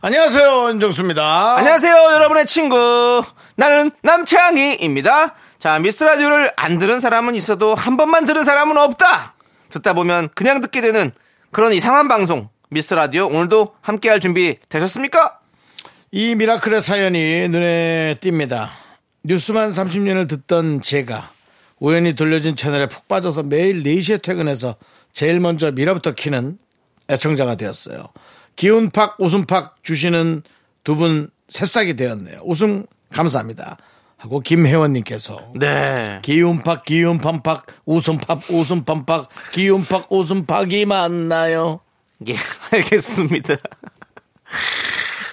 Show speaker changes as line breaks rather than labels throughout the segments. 안녕하세요, 윤정수입니다.
안녕하세요, 여러분의 친구. 나는 남창희입니다. 자, 미스 라디오를 안 들은 사람은 있어도 한 번만 들은 사람은 없다. 듣다 보면 그냥 듣게 되는 그런 이상한 방송. 미스 라디오 오늘도 함께 할 준비 되셨습니까?
이 미라클의 사연이 눈에 띕니다. 뉴스만 30년을 듣던 제가 우연히 돌려진 채널에 푹 빠져서 매일 4시에 퇴근해서 제일 먼저 미라부터 키는 애청자가 되었어요. 기운팍 웃음팍 주시는 두 분 새싹이 되었네요. 웃음 감사합니다. 하고 김혜원님께서
네.
기운팍 기운팍팍 웃음팍 웃음팍팍 기운팍 웃음팍이 맞나요?
예, 알겠습니다.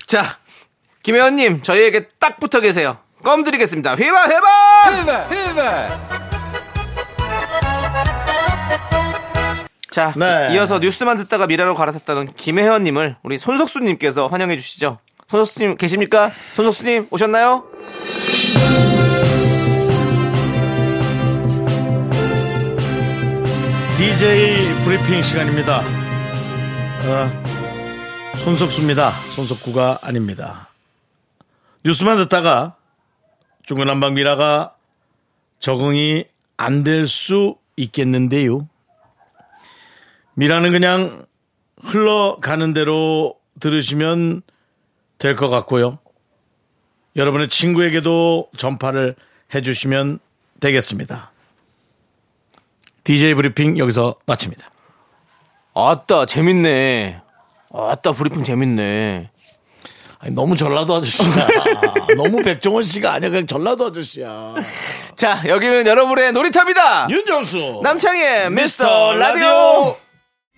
자, 김혜원님, 저희에게 딱 붙어 계세요. 껌 드리겠습니다. 휘바, 휘바! 자,
네.
이어서 뉴스만 듣다가 미라로 갈아탔다는 김혜원님을 우리 손석수님께서 환영해 주시죠. 손석수님 계십니까? 손석수님 오셨나요?
DJ 브리핑 시간입니다. 어, 손석수입니다. 손석구가 아닙니다. 뉴스만 듣다가 중구난방 미라가 적응이 안 될 수 있겠는데요. 미라는 그냥 흘러가는 대로 들으시면 될 것 같고요. 여러분의 친구에게도 전파를 해주시면 되겠습니다. DJ 브리핑 여기서 마칩니다.
아따 재밌네. 아따 브리핑 재밌네.
아니, 너무 전라도 아저씨야. 너무 백종원 씨가 아니야. 그냥 전라도 아저씨야.
자 여기는 여러분의 놀이터입니다.
윤정수.
남창희의 미스터 라디오.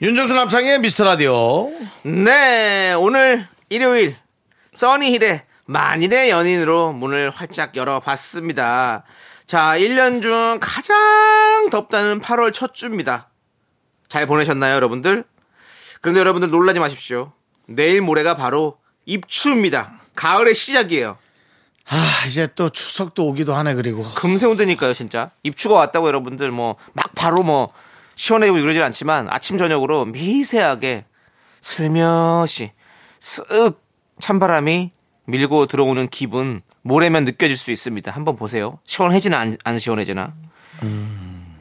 윤정수 남창의 미스터 라디오.
네 오늘 일요일 써니힐의 만일의 연인으로 문을 활짝 열어봤습니다. 자 1년 중 가장 덥다는 8월 첫 주입니다. 잘 보내셨나요 여러분들? 그런데 여러분들 놀라지 마십시오. 내일 모레가 바로 입추입니다. 가을의 시작이에요.
아, 이제 또 추석도 오기도 하네, 그리고.
금세 온다니까요, 진짜. 입추가 왔다고 여러분들 뭐 막 바로 뭐 시원해지고 이러진 않지만 아침 저녁으로 미세하게 슬며시 쓱 찬바람이 밀고 들어오는 기분 모래면 느껴질 수 있습니다. 한번 보세요. 시원해지나 안, 안 시원해지나.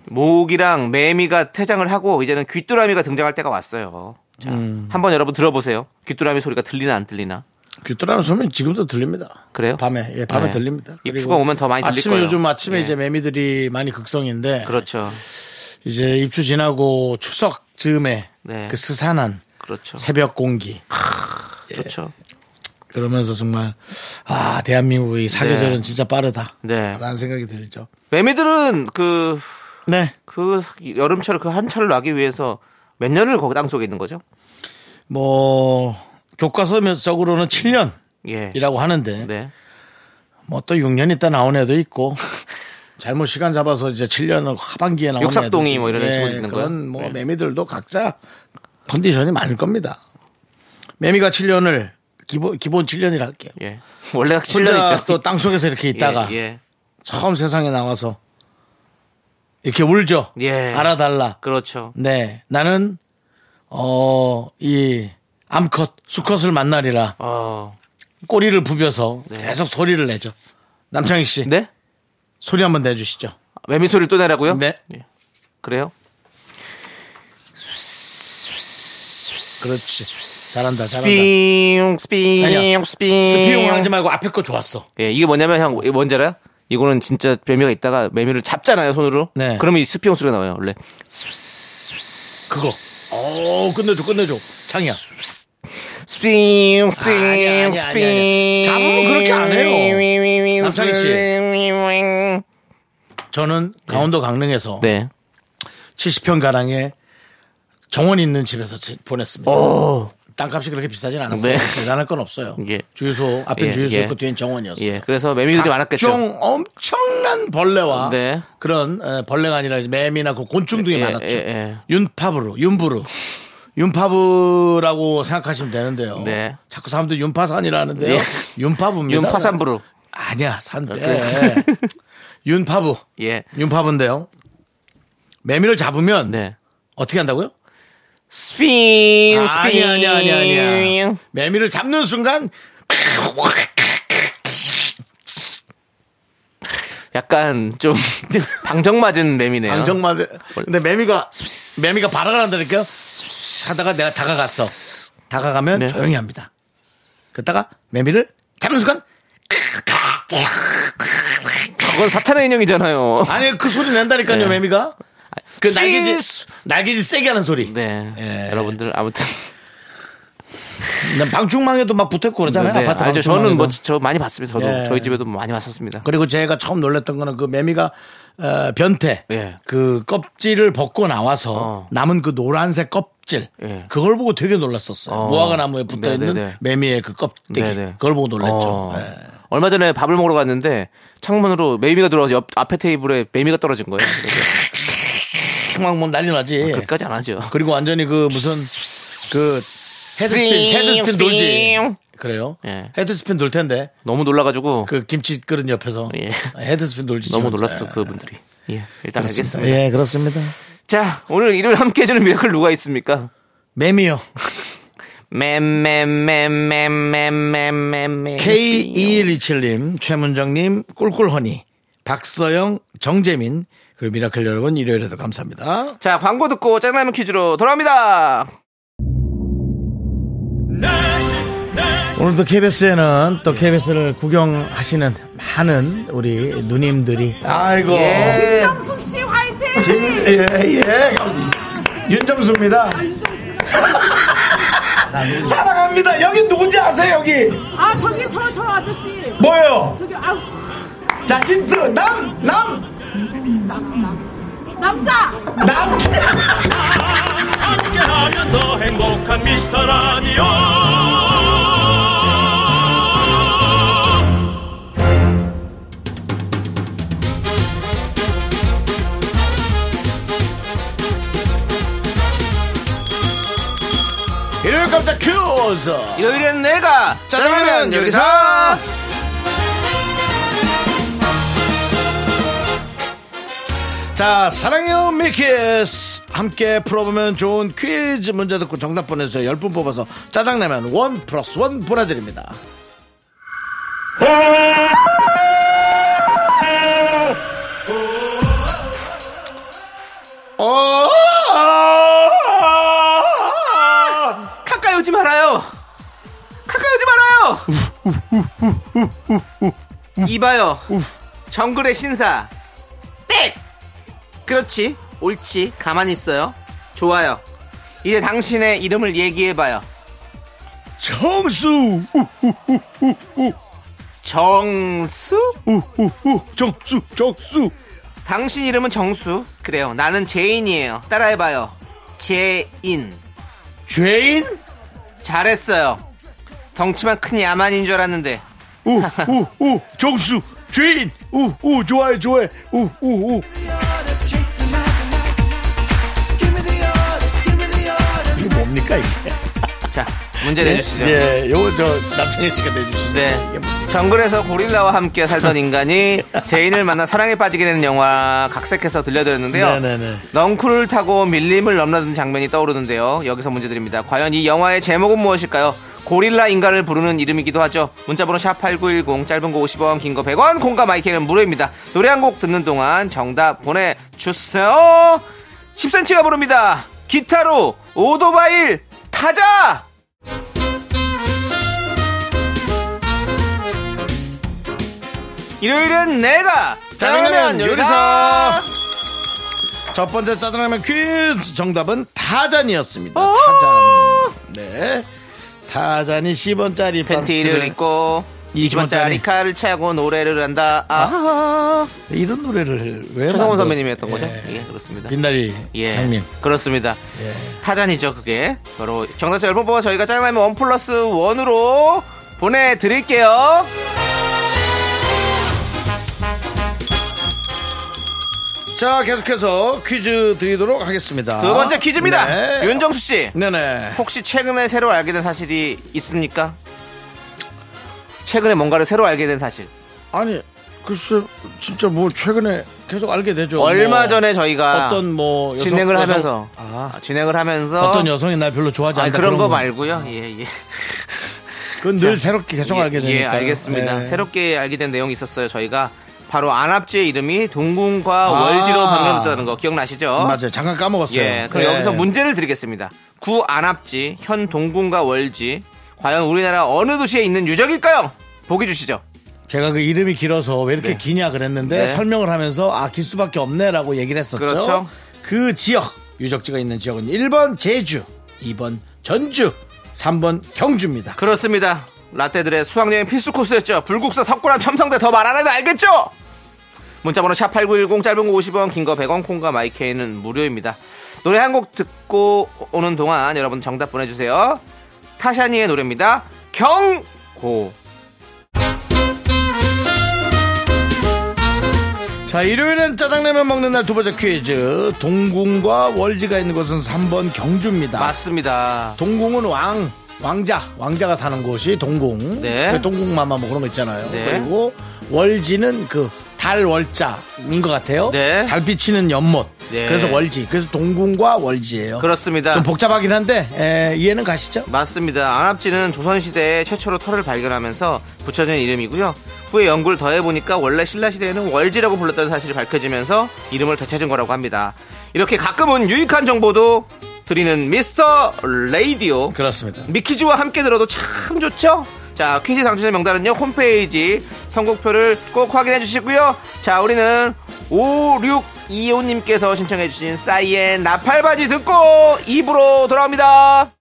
모기랑 매미가 퇴장을 하고 이제는 귀뚜라미가 등장할 때가 왔어요. 자, 한번 여러분 들어보세요. 귀뚜라미 소리가 들리나 안 들리나.
귀뚜라미 소리는 지금도 들립니다.
그래요?
밤에, 예, 밤에
네.
들립니다.
입추가 오면 더 많이 들릴
아침에
거예요.
요즘 아침에
예.
이제 매미들이 많이 극성인데.
그렇죠.
이제 입추 지나고 추석 즈음에.
네.
그 스산한
그렇죠.
새벽 공기.
그렇죠.
그러면서 정말, 아, 대한민국의 사계절은
네.
진짜 빠르다.
네.
라는 생각이 들죠.
매미들은 그
네.
그 여름철 그 한철을 나기 위해서 몇 년을 거기 땅 속에 있는 거죠?
뭐 교과서적으로는 7년이라고
예.
하는데
네.
뭐 또 6년 있다 나온 애도 있고 잘못 시간 잡아서 이제 7년을 하반기에 나온 애도
육삭동이
있고.
뭐 이런 식으로 있는
그런
거예요?
뭐
네.
매미들도 각자 컨디션이 많을 겁니다. 매미가 7년을 기본 기본 7년이라 할게요.
예. 원래 7년이죠.
혼자 또 땅속에서 이렇게 있다가
예.
처음 세상에 나와서 이렇게 울죠.
예.
알아달라.
그렇죠.
네, 나는 어, 어이 암컷 수컷을 만나리라.
어.
꼬리를 부벼서
네.
계속 소리를 내죠. 남창희 씨
네?
소리 한번 내주시죠.
매미 소리를 또 내라고요?
네.
예. 그래요?
그렇지. 잘한다, 잘한다.
스피용
아니야. 스피용
스피용
하지
스피용.
말고 앞에 거 좋았어.
예, 이게 뭐냐면 형 이거 뭔지 알아요? 이거는 진짜 매미가 있다가 매미를 잡잖아요, 손으로.
네.
그러면 이 스피용 소리가 나와요, 원래.
그거. 오, 끝내줘, 끝내줘. 창이야.
스피용
아니야,
스피용
아니야, 아니야, 아니야. 잡으면 그렇게 안 해요. 남창희
씨.
저는 강원도 강릉에서
네.
70평 가량의 정원 있는 집에서 지- 보냈습니다. 땅값이 그렇게 비싸진 않았어요.
어. 네.
대단할 건 없어요.
예.
주유소 앞에
예,
주유소였고
예.
뒤엔 정원이었어요.
예, 그래서 매미들이 많았겠죠.
각종 엄청난 벌레와
네.
그런 어, 벌레가 아니라 이제 매미나 그 곤충 등이
예,
많았죠.
예, 예.
윤파브로, 윤부르. 윤파브라고 생각하시면 되는데요.
네.
자꾸 사람들 윤파산이라 하는데요.
예.
윤파브입니다.
윤파산부르.
아니야, 산 빼.
그래.
윤파브.
예.
윤파브인데요. 매미를 잡으면
네.
어떻게 한다고요?
스핀, 스핀.
아니야, 아니야, 아니야, 아니야. 매미를 잡는 순간
약간 좀 방정 맞은 매미네요.
방정맞아. 근데 매미가 매미가 발악을 한다니까요. 하다가 내가 다가갔어. 다가가면
네.
조용히 합니다. 그러다가 매미를 잡는 순간
그건 사탄의 인형이잖아요.
아니 그 소리 낸다니까요
네.
매미가 그 날개짓
씨.
날개짓 세게 하는 소리.
네.
예.
여러분들 아무튼
난 방충망에도 막 붙었고 그러잖아요.
네.
아파트
알죠.
방충망에도.
저는 뭐 저 많이 봤습니다. 저도
예.
저희 집에도 많이 왔었습니다.
그리고 제가 처음 놀랐던 거는 그 매미가 어, 변태
예.
그 껍질을 벗고 나와서
어.
남은 그 노란색 껍질
예.
그걸 보고 되게 놀랐었어요.
어.
무화과 나무에 붙어 있는
네네네.
매미의 그 껍데기
네네.
그걸 보고 놀랐죠.
어.
예.
얼마 전에 밥을 먹으러 갔는데 창문으로 매미가 들어와서 옆 앞에 테이블에 매미가 떨어진 거예요. 그래서
막 뭐 난리 나지.
아, 그까지 안 하죠.
그리고 완전히 그 무슨 그 헤드스핀 헤드스핀 돌지. 그래요?
예.
헤드스핀 돌 텐데
너무 놀라가지고
그 김치 그릇 옆에서 아,
예.
헤드스핀 돌지.
너무
지금.
놀랐어
예.
그분들이. 예, 일단
그렇습니다.
알겠습니다.
예, 그렇습니다.
자, 오늘 일요일 함께 해주는 미라클 누가 있습니까?
매미요.
맴맴맴맴맴맴맴
E K2127님, 최문정님, 꿀꿀허니, 박서영, 정재민, 그리고 미라클 여러분, 일요일에도 감사합니다.
자, 광고 듣고 짱라면 퀴즈로 돌아옵니다.
오늘도 KBS에는 또 KBS를 구경하시는 많은 우리 누님들이. 아이고.
예.
씨 화이팅!
김, 예, 예. 윤정수입니다. 사랑합니다. 여기 누군지 아세요, 여기?
아 저기 저 저 아저씨
뭐예요?
저기 아
자, 힌트. 남, 남,
남자
남.
함께하면 더 행복한 미스터 라디오
일요일 깜짝 큐즈.
요일엔 내가 짜장라면 요리사
자, 사랑해요, 미키스. 함께 풀어보면 좋은 퀴즈 문제 듣고 정답 보내주세요. 10분 뽑아서 짜장라면 원 플러스 원 보내드립니다. 어,
가까이 오지 말아요. 가까이 오지 말아요. 이봐요. 정글의 신사. 땡. 그렇지. 옳지. 가만히 있어요. 좋아요. 이제 당신의 이름을 얘기해봐요.
정수,
정수?
정수, 정수.
당신 이름은 정수. 그래요. 나는 제인이에요. 따라해봐요. 제인.
죄인?
잘했어요. 덩치만 큰 야만인 줄 알았는데
오, 오, 오, 정수, 죄인. 오, 오, 좋아해, 좋아해. 오, 오, 오. 이게 뭡니까, 이게?
자 문제 내주시죠.
예, 요거 저 남창희 씨가 내주시죠. 이게
네.
뭡니까?
정글에서 고릴라와 함께 살던 인간이 제인을 만나 사랑에 빠지게 되는 영화 각색해서 들려드렸는데요.
네네네.
넝쿨을 타고 밀림을 넘나드는 장면이 떠오르는데요. 여기서 문제 드립니다. 과연 이 영화의 제목은 무엇일까요? 고릴라 인간을 부르는 이름이기도 하죠. 문자번호 샵8910 짧은 거 50원 긴 거 100원 공감 마이크는 무료입니다. 노래 한 곡 듣는 동안 정답 보내주세요. 10cm가 부릅니다. 기타로 오도바일 타자! 일요일은 내가 짜장라면 요리사
첫 번째 짜장라면 퀴즈 정답은 타잔이었습니다.
어!
타잔. 네. 타잔이 10원짜리
팬티를
박스를
입고 20원짜리 칼을 차고 노래를 한다. 아,
이런 노래를 왜
최성원
만들었-
선배님이 했던
예.
거죠? 예, 그렇습니다.
빛나리
예,
형님.
그렇습니다. 타잔이죠, 그게. 바로 정답자 10번 뽑아 저희가 짱라면 원 플러스 원으로 보내드릴게요.
자, 계속해서 퀴즈 드리도록 하겠습니다.
두 번째 퀴즈입니다.
네.
윤정수 씨,
네네.
혹시 최근에 새로 알게 된 사실이 있습니까? 최근에 뭔가를 새로 알게 된 사실.
아니, 글쎄, 진짜 뭐 최근에 계속 알게 되죠.
얼마
뭐
전에 저희가
어떤 뭐 여성-
진행을
여성-
하면서
아.
진행을 하면서
어떤 여성이 날 별로 좋아하지
아
않다
그런 거
건.
말고요. 예, 예.
그건 늘 새롭게 계속
예,
알게 되니까. 네.
예, 알겠습니다. 새롭게 알게 된 내용이 있었어요. 저희가 바로 안압지의 이름이 동궁과
아.
월지로 변경됐다는 거 기억나시죠?
음, 맞아요. 잠깐 까먹었어요.
예, 그럼
예.
여기서 문제를 드리겠습니다. 구 안압지, 현 동궁과 월지, 과연 우리나라 어느 도시에 있는 유적일까요? 보기 주시죠.
제가 그 이름이 길어서 왜 이렇게
네.
기냐 그랬는데
네.
설명을 하면서 아 길 수밖에 없네라고 얘기를 했었죠.
그렇죠.
그 지역 유적지가 있는 지역은 1번 제주, 2번 전주, 3번 경주입니다.
그렇습니다. 라떼들의 수학여행 필수 코스였죠. 불국사 석굴암 첨성대 더 말 안 해도 알겠죠? 문자번호 샵8910 짧은 거 50원 긴 거 100원 콩과 마이케이는 무료입니다. 노래 한 곡 듣고 오는 동안 여러분 정답 보내주세요. 타샤니의 노래입니다. 경고
자, 일요일엔 짜장라면 먹는 날 두 번째 퀴즈. 동궁과 월지가 있는 곳은 3번 경주입니다.
맞습니다.
동궁은 왕, 왕자, 왕자가 사는 곳이 동궁.
네.
그 동궁마마 뭐 그런 거 있잖아요.
네.
그리고 월지는 그 달 월자인 것 같아요.
네.
달 비치는 연못.
네. 그렇죠.
그래서 월지. 그래서 동궁과 월지예요.
그렇습니다.
좀 복잡하긴 한데 에, 이해는 가시죠?
맞습니다. 안압지는 조선시대에 최초로 털을 발견하면서 붙여진 이름이고요. 후에 연구를 더해보니까 원래 신라시대에는 월지라고 불렀다는 사실이 밝혀지면서 이름을 되찾은 거라고 합니다. 이렇게 가끔은 유익한 정보도 드리는 미스터 레이디오.
그렇습니다.
미키즈와 함께 들어도 참 좋죠? 자, 퀴즈 당첨자 명단은요, 홈페이지 선곡표를 꼭 확인해 주시고요. 자, 우리는 5625님께서 신청해주신 싸이의 나팔바지 듣고 입으로 돌아옵니다.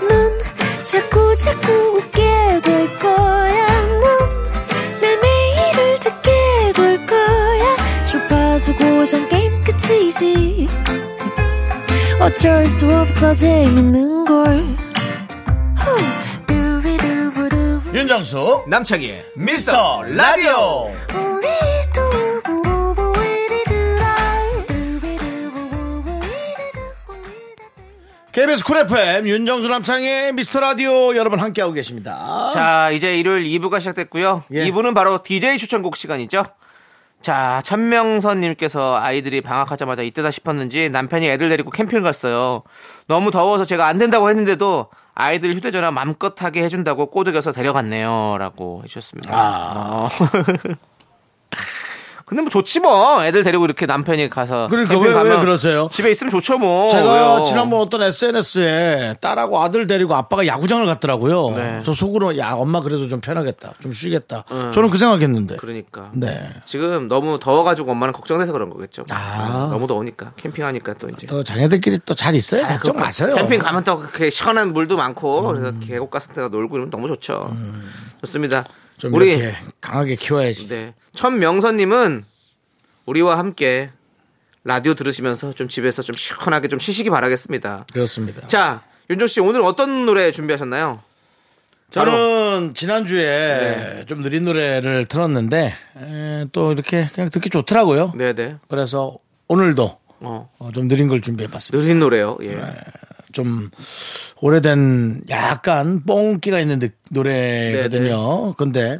넌 자꾸 자꾸 웃게 될 거야. 넌내 매일을 듣게 될 거야. 주파수 고정 게임 끝이지. 어쩔 수 없어 재밌는 걸. 후. 두비두부두.
윤정수
남창희의 미스터 라디오
우리 두부부부 우리들아. 두비두부부부 우리들아.
KBS 쿨 FM 윤정수 남창의 미스터 라디오 여러분 함께하고 계십니다.
자 이제 일요일 2부가 시작됐고요
어. 예.
2부는 바로 DJ 추천곡 시간이죠 자 천명선님께서 아이들이 방학하자마자 이때다 싶었는지 남편이 애들 데리고 캠핑 갔어요 너무 더워서 제가 안 된다고 했는데도 아이들 휴대전화 맘껏 하게 해준다고 꼬드겨서 데려갔네요 라고 해주셨습니다
아.
어. 근데 뭐 좋지 뭐 애들 데리고 이렇게 남편이 가서
그러니까
캠핑
왜- 왜
가면
그러세요?
집에 있으면 좋죠 뭐
제가
왜요?
지난번 어떤 SNS에 딸하고 아들 데리고 아빠가 야구장을 갔더라고요.
네.
저 속으로 야 엄마 그래도 좀 편하겠다, 좀 쉬겠다. 저는 그 생각했는데.
음. 그러니까
네.
지금 너무 더워가지고 엄마는 걱정돼서 그런 거겠죠.
아.
너무 더우니까 캠핑하니까 또 이제.
또 자녀들끼리 또 잘 있어요. 걱정
그러니까
마세요.
캠핑 가면 또 그렇게 시원한
음.
물도 많고 그래서 계곡 가서 내가 놀고 이러면 너무 좋죠. 좋습니다.
좀
우리
이렇게 강하게 키워야지.
네 천명선님은 우리와 함께 라디오 들으시면서 좀 집에서 좀 시원하게 좀 쉬시기 바라겠습니다.
그렇습니다.
자 윤종 씨 오늘 어떤 노래 준비하셨나요?
저는
바로. 네.
지난주에 좀 느린 노래를 틀었는데 에, 또 이렇게 그냥 듣기 좋더라고요.
네네.
그래서 오늘도
어
어, 좀 느린 걸 준비해봤습니다.
느린 노래요. 예.
네. 좀 오래된 약간 뽕기가 있는 느-
네,
노래거든요. 근데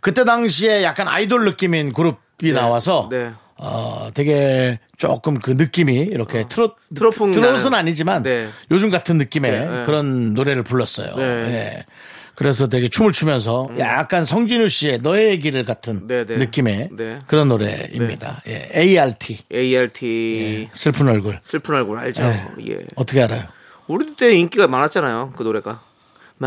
그때 당시에 약간 아이돌 느낌인 그룹이 나와서
네.
어 되게 조금 그 느낌이 이렇게 트롯
어, 트로풍
트롯은
나는.
아니지만
네.
요즘 같은 느낌의
네, 네.
그런 노래를 불렀어요.
네. 음.
예. 그래서 되게 춤을 추면서 약간 성진우 씨의 너의 얘기를 같은
네, 네.
느낌의
네.
그런 노래입니다. 예. ART
ART
슬픈 얼굴
슬픈 얼굴 알죠?
네.
예.
어떻게 알아요?
우리 때 인기가 많았잖아요. 그 노래가.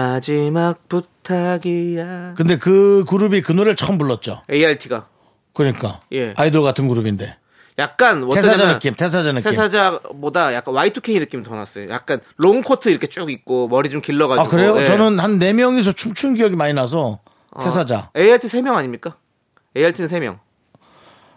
마지막 부탁이야.
근데 그 그룹이 그 노래를 처음 불렀죠.
ART가.
그러니까
예.
아이돌 같은 그룹인데 아,
약간 뭐
퇴사자
어떠냐면
느낌, 퇴사자 느낌.
퇴사자보다 약간 Y2K 느낌 더 났어요. 약간 롱코트 이렇게 쭉 입고 머리 좀 길러가지고.
아, 그래요?
예.
저는 한 네명이서 춤춘 기억이 많이 나서
어,
퇴사자.
ART 3명 아닙니까? ART는 3명.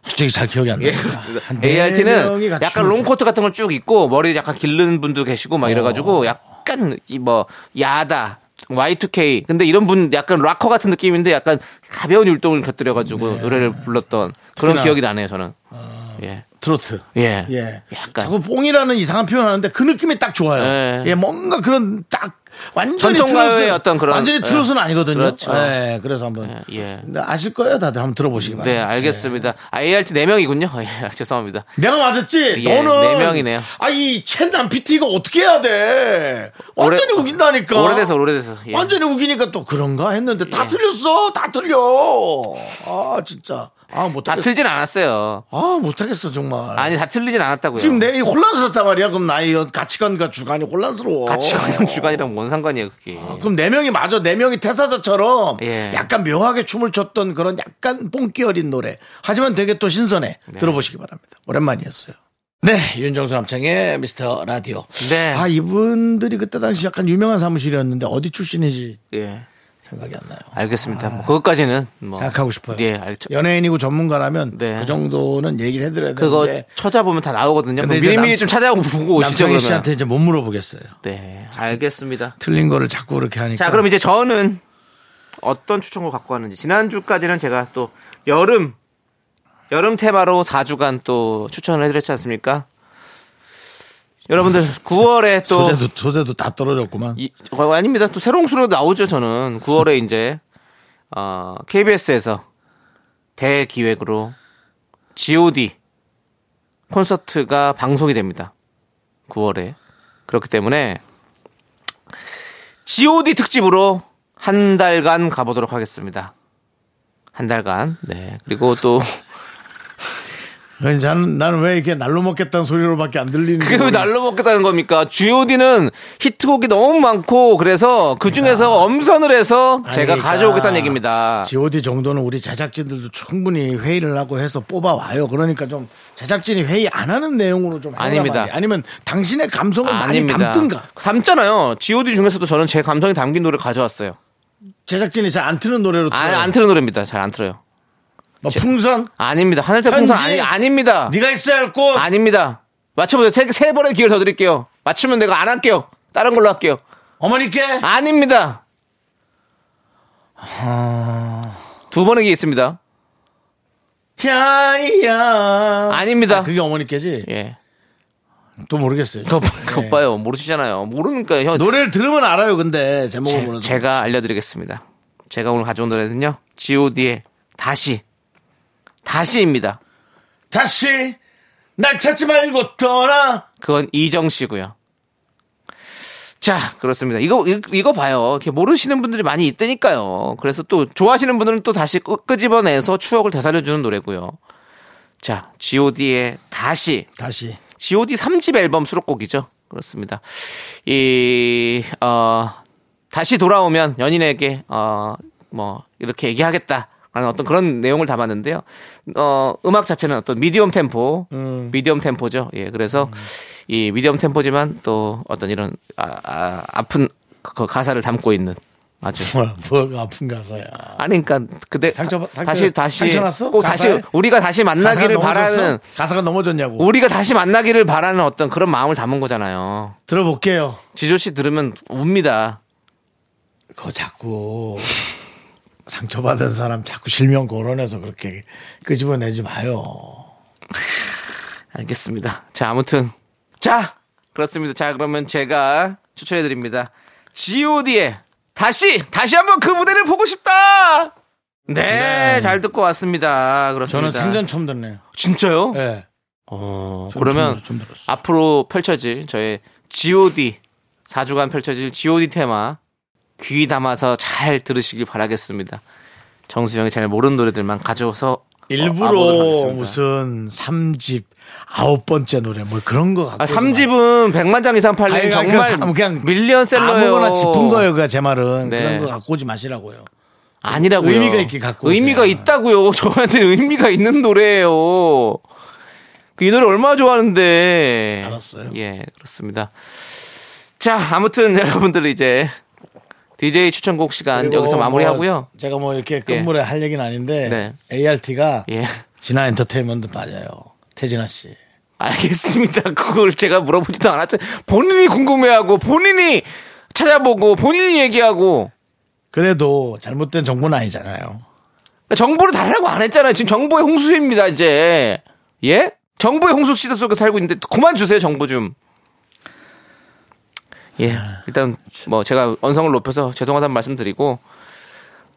솔직히 잘 기억이 안 나요.
예, 그렇습니다.
아, 한네 명이
ART는
같이
약간
춤을
롱코트 같은 걸 쭉 입고 머리 약간 길른 분도 계시고 막
어.
이래가지고 약간 이 뭐 야다. Y2K. 근데 이런 분 약간 락커 같은 느낌인데 약간 가벼운 율동을 곁들여가지고 노래를 불렀던 그런
네. 특히나-
기억이 나네요, 저는. 예.
트로트.
예.
예.
약간.
자꾸 뽕이라는 이상한 표현 하는데 그 느낌이 딱 좋아요.
예.
예, 뭔가 그런 딱 완전히
전통가요의
트로트는-
어떤 그런-
완전히
예.
트롯은 아니거든요.
그렇죠.
예, 그래서 한번
예, 예.
근데 아실 거예요, 다들 한번 들어보시기
네,
바랍니다.
알겠습니다. 아, ART 4명이군요. 예, 죄송합니다.
내가 맞았지.
예,
너는
네 명이네요.
아이 첸남 PT가 어떻게 해야 돼? 완전히
오래-
우긴다니까.
오래돼서, 오래돼서. 예.
그러니까 완전히 우기니까 또 그런가 했는데 다
예.
틀렸어, 다 틀려. 아 진짜. 아
다
못하겠.
틀진 않았어요.
아 못하겠어 정말.
아니, 다 틀리진 않았다고요.
지금 네 내 이 혼란스럽단 말이야. 그럼 나의 이 가치관과 주관이 혼란스러워.
같이 가는 주간이랑 뭔 상관이에요, 그게.
그럼 네 명이 맞아. 네 명이 태사자처럼
예.
약간 묘하게 춤을 췄던 그런 약간 뽕기 어린 노래. 하지만 되게 또 신선해.
네.
들어보시기 바랍니다. 오랜만이었어요. 네, 윤정수 남창의 미스터 라디오.
네.
아, 이분들이 그때 당시 약간 유명한 사무실이었는데 어디 출신인지
예.
생각이 안 나요.
알겠습니다. 뭐 그것까지는 뭐
생각하고 싶어요.
예, 알죠.
연예인이고 전문가라면
네.
그 정도는 얘기를 해드려야
그거
되는데
찾아보면 다 나오거든요.
근데
그럼
이제
미리미리
남-
좀 찾아보고 오시죠,
남창희
그러면.
씨한테 이제 못 물어보겠어요.
네, 알겠습니다.
틀린 거를 자꾸 그렇게 하니까.
자, 그럼 이제 저는 어떤 추천곡 갖고 왔는지 지난주까지는 제가 또 여름 여름 테마로 4주간 또 추천을 해드렸지 않습니까? 여러분들 9월에 또
아, 소재도 소재도 다 떨어졌구만.
이, 어, 아닙니다. 또 새로운 수로 나오죠. 저는 9월에 이제 어, KBS에서 대기획으로 G.O.D 콘서트가 방송이 됩니다. 9월에 그렇기 때문에 G.O.D 특집으로 한 달간 가보도록 하겠습니다. 한 달간 네 그리고 또
아니, 그러니까 나는, 나는 왜 이렇게 날로 먹겠다는 소리로밖에 안 들리는
그게 왜 날로 먹겠다는 겁니까? G.O.D는 히트곡이 너무 많고 그래서
아.
그 중에서 엄선을 해서 제가
그러니까
가져오겠다는 얘기입니다.
GOD 정도는 우리 제작진들도 충분히 회의를 하고 해서 뽑아와요. 그러니까 좀 제작진이 회의 안 하는 내용으로 좀 해라
아닙니다.
많이. 아니면 당신의 감성을
아닙니다.
뭐 많이 담든가.
담잖아요. G.O.D 중에서도 저는 제 감성이 담긴 노래 가져왔어요.
제작진이 잘 안 트는 노래로
아,
틀어요.
안 틀은 노래입니다. 잘 안 틀어요.
뭐 풍선?
아닙니다. 하늘색
편지?
풍선 아니 아닙니다.
네가 있어야 할 꽃.
아닙니다. 맞춰보세요. 세, 세 번의 기회를 더 드릴게요. 맞추면 내가 안 할게요. 다른 걸로 할게요.
어머니께
아닙니다. 두 번의 기회 있습니다.
야야.
아닙니다.
그게 어머니께지.
예.
또 모르겠어요. 네.
그거, 그거 봐요. 모르시잖아요. 모르니까 형.
노래를 들으면 알아요. 근데 제목을 모르는
제, 가 알려드리겠습니다. 제가 오늘 가져온 노래는요. G.O.D의 다시. 다시입니다.
다시 날 찾지 말고 떠나.
그건 이정 씨고요. 자, 그렇습니다. 이거 이- 이거 봐요. 이렇게 모르시는 분들이 많이 있다니까요. 그래서 또 좋아하시는 분들은 또 다시 끄- 끄집어내서 추억을 되살려 주는 노래고요. 자, G.O.D의 다시
다시.
G.O.D 3집 앨범 수록곡이죠. 그렇습니다. 이, 어, 다시 돌아오면 연인에게, 어, 뭐, 이렇게 얘기하겠다. 라는 어떤 그런 내용을 담았는데요. 어, 음악 자체는 어떤 미디엄 템포,
음.
미디엄 템포죠. 예, 그래서 이 미디엄 템포지만 또 어떤 이런, 아, 아, 아픈 그- 그 가사를 담고 있는 아주
뭐야, 뭐가 아픈 가사야.
아니 그러니까 그대
상처-
다-
상처-
다시 다시
상처 났어?
꼭
가사에?
다시 우리가 다시 만나기를
가사가 넘어졌어?
바라는
가사가 넘어졌냐고.
우리가 다시 만나기를 바라는 어떤 그런 마음을 담은 거잖아요.
들어볼게요.
지조 씨 들으면 웁니다.
그거 자꾸 상처받은 사람 자꾸 실명 거론해서 그렇게 끄집어내지 마요.
알겠습니다. 자, 아무튼. 자! 그렇습니다. 자, 그러면 제가 추천해드립니다. GOD의 다시! 다시 한번 그 무대를 보고 싶다! 네, 잘 듣고 왔습니다.
저는
그렇습니다.
생전 처음 듣네요.
진짜요?
예.
어,
좀
그러면
들었- 좀 들었어.
앞으로 펼쳐질 저의 GOD 4주간 펼쳐질 GOD 테마 귀 담아서 잘 들으시길 바라겠습니다. 정수영이 잘 모르는 노래들만 가져와서 어, 아, 와보도록
일부러
하겠습니다.
무슨 삼집 아홉 번째 노래 뭐 그런 거 같고.
아, 3집은 100만 장 이상 팔린
아니,
정말
그러니까 삼- 그냥
밀리언셀러예요.
아무거나 짚은 거예요, 그제 말은.
네.
그런 거 갖고 오지 마시라고요.
아니라고요.
의미가 있게 갖고 오세요.
의미가 있다고요. 저한테 의미가 있는 노래예요. 그 이 노래 얼마나 좋아하는데.
알았어요.
예, 그렇습니다. 자, 아무튼 여러분들 이제 DJ 추천곡 시간
그리고
여기서 마무리하고요. 예.
뭐 제가 뭐 이렇게 끝물에 할 얘기는 아닌데
네.
ART가
예.
진화 엔터테인먼트 빠져요. 태진아 씨.
알겠습니다. 그걸 제가 물어보지도 않았죠. 본인이 궁금해하고 본인이 찾아보고 본인이 얘기하고
그래도 잘못된 정보는 아니잖아요.
그러니까 정보를 달라고 안 했잖아요. 지금 정보의 홍수입니다, 이제. 예? 정보의 홍수 시대 속에 살고 있는데 그만 주세요, 정보 좀. 예. 일단 뭐 제가 언성을 높여서 죄송하다는 말씀 드리고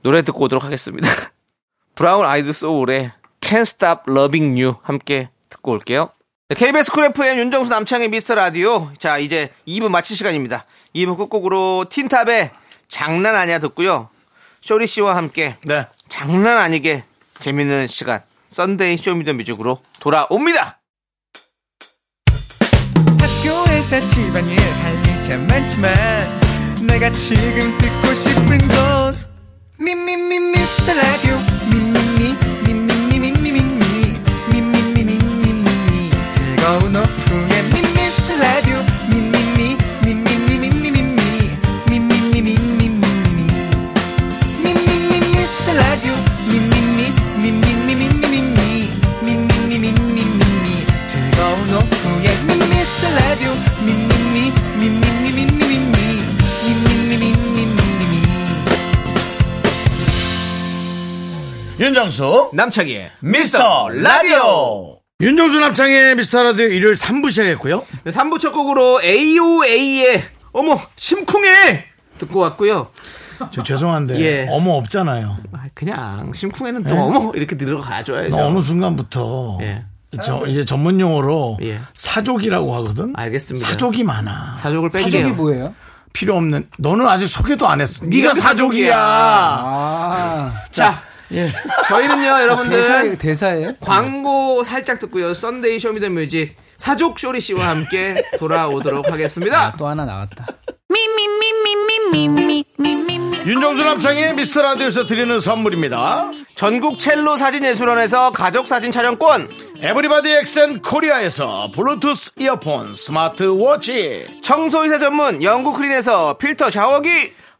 노래 듣고 오도록 하겠습니다. 브라운 아이드 소울의 Can't Stop Loving You 함께 듣고 올게요. KBS 쿨 FM 윤정수 남창의 미스터 라디오. 자, 이제 2부 마칠 시간입니다. 2부 끝곡으로 틴탑의 장난 아니야 듣고요. 쇼리 씨와 함께
네.
장난 아니게 재밌는 시간 썬데이 쇼미더뮤직으로 돌아옵니다.
학교에서 집안일 할 일 참 많지만 내가 지금 듣고 싶은 건 미미미 미스터 라디오 미미미 미미미 미미미 미미미 미미미 즐거운 오후에 미스터 라디오 미미미 미미미 미미미 미미미 미미미 미미미 미스터 라디오 미미미 미미미 미미미 미미미 미미미 즐거운 오후에 미스터 라디오 미미미 미미미 미미미 미미미 미미미
윤정수
남창희의
미스터 라디오. 윤정수 남창의 미스터 라디오 일요일 3부 시작했고요.
네, 3부 첫 곡으로 AOA의 어머 심쿵해 듣고 왔고요.
저 죄송한데
예.
어머 없잖아요.
아, 그냥 심쿵에는 또 어머 이렇게 네. 들어가줘야죠.
어느 순간부터
예.
저 이제 전문 용어로
예.
사족이라고 하거든.
알겠습니다.
사족이 많아.
사족을 뺄게요. 사족이 뭐예요?
필요 없는. 너는 아직 소개도 안 했어. 네가
네가
사족이야.
사족이야. 자, 저희는요 여러분들
대사예요?
광고 살짝 듣고요. 썬데이 쇼미더뮤직 사족 쇼리 씨와 함께 돌아오도록 하겠습니다.
또 하나 나왔다.
윤정수 남창의 미스터 라디오에서 드리는 선물입니다.
전국 첼로 사진예술원에서 가족 사진 촬영권.
에브리바디 엑센 코리아에서 블루투스 이어폰, 스마트 워치,
청소이사 전문 영국 크린에서 필터 샤워기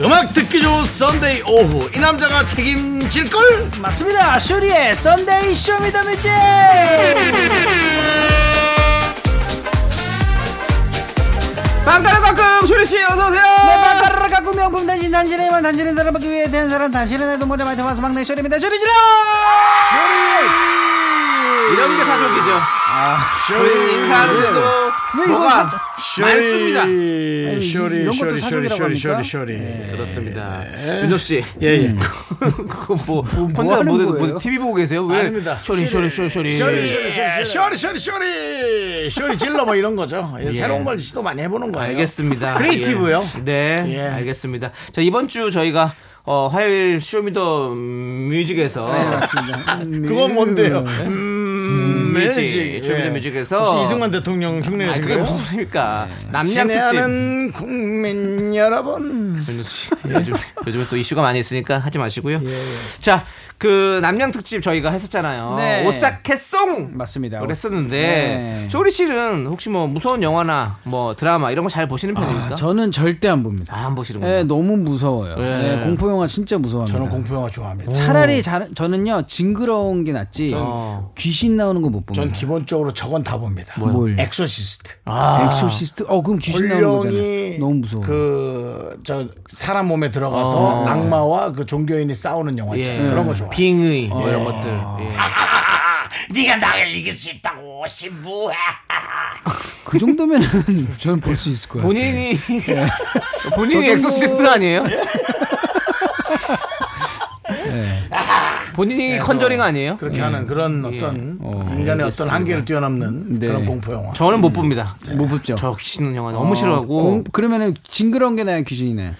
음악 듣기 좋은 썬데이 오후. 이 남자가 책임질걸?
맞습니다. 슈리의 썬데이 쇼미더뮤직.
빵가락빵끔 소리씨 어서오세요
네, 바다를 갖고 명품 단신 단신에만 단신을 사랑받기 위해 된 사람 단신의 날도 모자 마이트 화수 막내 쇼리입니다. 쇼리 지라.
이런 게 사족이죠 우리 네, 인사하는데도
네,
뭐가 많습니다.
많습니다.
이-
쇼리,
이런 것도
쇼리, 쇼리,
사족이라고
쇼리,
합니까? 네.
쇼리, 쇼리. 네.
그렇습니다. 아, 윤정 씨, 음.
예, 예.
그거 뭐 혼자
하는
뭐, 뭐,
거예요?
뭐 TV 보고 계세요? 왜?
아닙니다.
쇼리 쇼리 쇼리 쇼리.
쇼리, 쇼리, 쇼리, 쇼리, 쇼리, 쇼리, 쇼리 질러 뭐 이런 거죠. 예, 새로운 걸 시도 많이 해보는 거예요.
알겠습니다.
크리에이티브요.
예. 네,
예.
알겠습니다. 자 이번 주 저희가 어, 화요일 쇼미더 뮤직에서
네, 그건 뭔데요? 음, 네.
뮤직 쇼미더 뮤직에서
혹시 이승만 대통령
아 그게
흉내내신가요? 네.
무슨 소리입니까? 남양 특집.
친애하는 국민 여러분
음.
윤정수 씨, 요즘 요즘에 또 이슈가 많이 있으니까 하지
예,
마시고요. 자, 그 남양 특집 저희가 했었잖아요.
네.
오사케송
맞습니다.
네.
그랬었는데
네.
조리 씨는 혹시 뭐 무서운 영화나 뭐 드라마 이런 거 잘 보시는 편입니까?
저는 절대 안 봅니다.
아, 안 보시는군요.
아, 네, 너무 무서워요.
예.
네, 공포 영화 진짜 무서워합니다.
저는 공포 영화 좋아합니다.
차라리 자, 저는요 징그러운 게 낫지
어.
귀신 나오는 거 못
전
봅니다.
기본적으로 저건 다 봅니다.
뭘?
엑소시스트.
엑소시스트. 어 그럼 귀신 나오는
홀령이
거잖아요. 너무 무서워.
그저 사람 몸에 들어가서 악마와 그 종교인이 싸우는 영화
네,
있잖아요.
예. 네.
그런 거 좋아. 아,
빙의 뭐 이런 것들.
아,
예.
네가 나를 이길 수 있다고 신부해. 아,
그 정도면은 저는 볼 수 있을 거예요.
본인이 본인이 엑소시스트 아니에요?
네.
아, 본인이 컨저링 아니에요?
그렇게
예.
하는 그런 어떤 인간의 어떤 한계를 뛰어넘는
네.
그런 공포 영화.
저는 못 봅니다.
못 봅죠.
저 귀신 영화 너무 싫어하고
음. 공- 그러면은 징그러운 게 나요 귀신이 나요.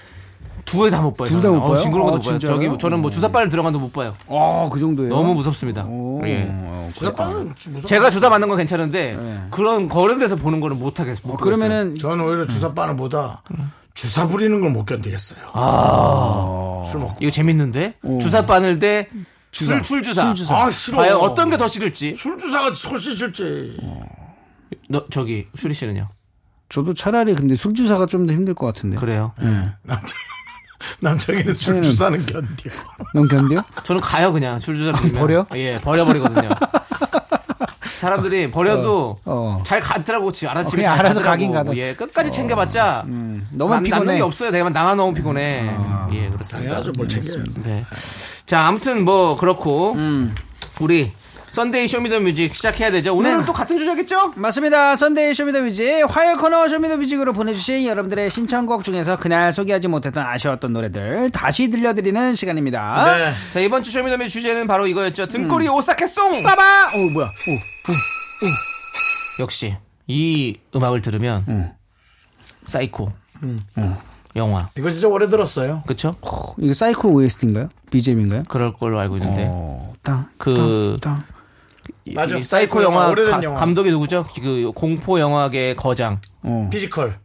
두 개 다 못 봐요.
둘다못
저는. 어,
봐요?
징그러운
아,
거못 봐요.
진짜요?
저기 저는 뭐 주사바늘 들어간도 못 봐요.
아그 정도예요.
너무 무섭습니다.
오,
예.
어, 네.
제가 주사 맞는 건 괜찮은데 그런 거른 데서 보는 거는 못 하겠어요. 못 보겠어요.
그러면은
저는 오히려 주사 빠는 보다
음.
주사 부리는 걸 못 견디겠어요. 술 먹고.
이거 재밌는데 주사 바늘 대 술, 술 주사.
술 주사.
아, 싫어.
과연 어떤 게 더 싫을지.
술 주사가 훨씬 싫지.
어.
너 저기 슈리 씨는요.
저도 차라리 근데 술 주사가 좀 더 힘들 것 같은데.
그래요.
남자 남자에게는 술 주사는 견디.
넌 견뎌?
저는 가요 그냥 술 주사 빌면.
아, 버려?
예, 버려 버리거든요. 사람들이 버려도
어.
잘 가더라고 지 알아서 집에
그냥
잘
알아서
가더라고.
가긴 가다. 어. 음,
예 끝까지 챙겨봤자
너무
남- 남는
피곤해. 아.
게 없어요 내가 나만 너무 피곤해 예 그렇습니다
아주 뭘 챙겨요.
네. 자, 아무튼 뭐 그렇고
음.
우리 썬데이 쇼미더뮤직 시작해야 되죠.
네.
오늘은 또 같은 주제겠죠?
맞습니다. 선데이 쇼미더뮤직 화요일 코너 쇼미더뮤직으로 보내주신 여러분들의 신청곡 중에서 그날 소개하지 못했던 아쉬웠던 노래들 다시 들려드리는 시간입니다.
네.
자, 이번 주 쇼미더뮤직 주제는 바로 이거였죠. 등골이 오싹해송.
음. 빠바! 오 어, 뭐야?
역시 이 음악을 들으면 사이코
음.
영화
이거 진짜 오래 들었어요.
그쵸
오, 이거 사이코 OST인가요? BGM인가요?
그럴 걸로 알고 있는데
어, 땅,
그-
땅, 땅.
이-
맞아.
이
사이코
사이코
영화,
영화,
오래된
가-
영화.
감독이 누구죠? 그 공포 영화계의 거장
어.
피지컬.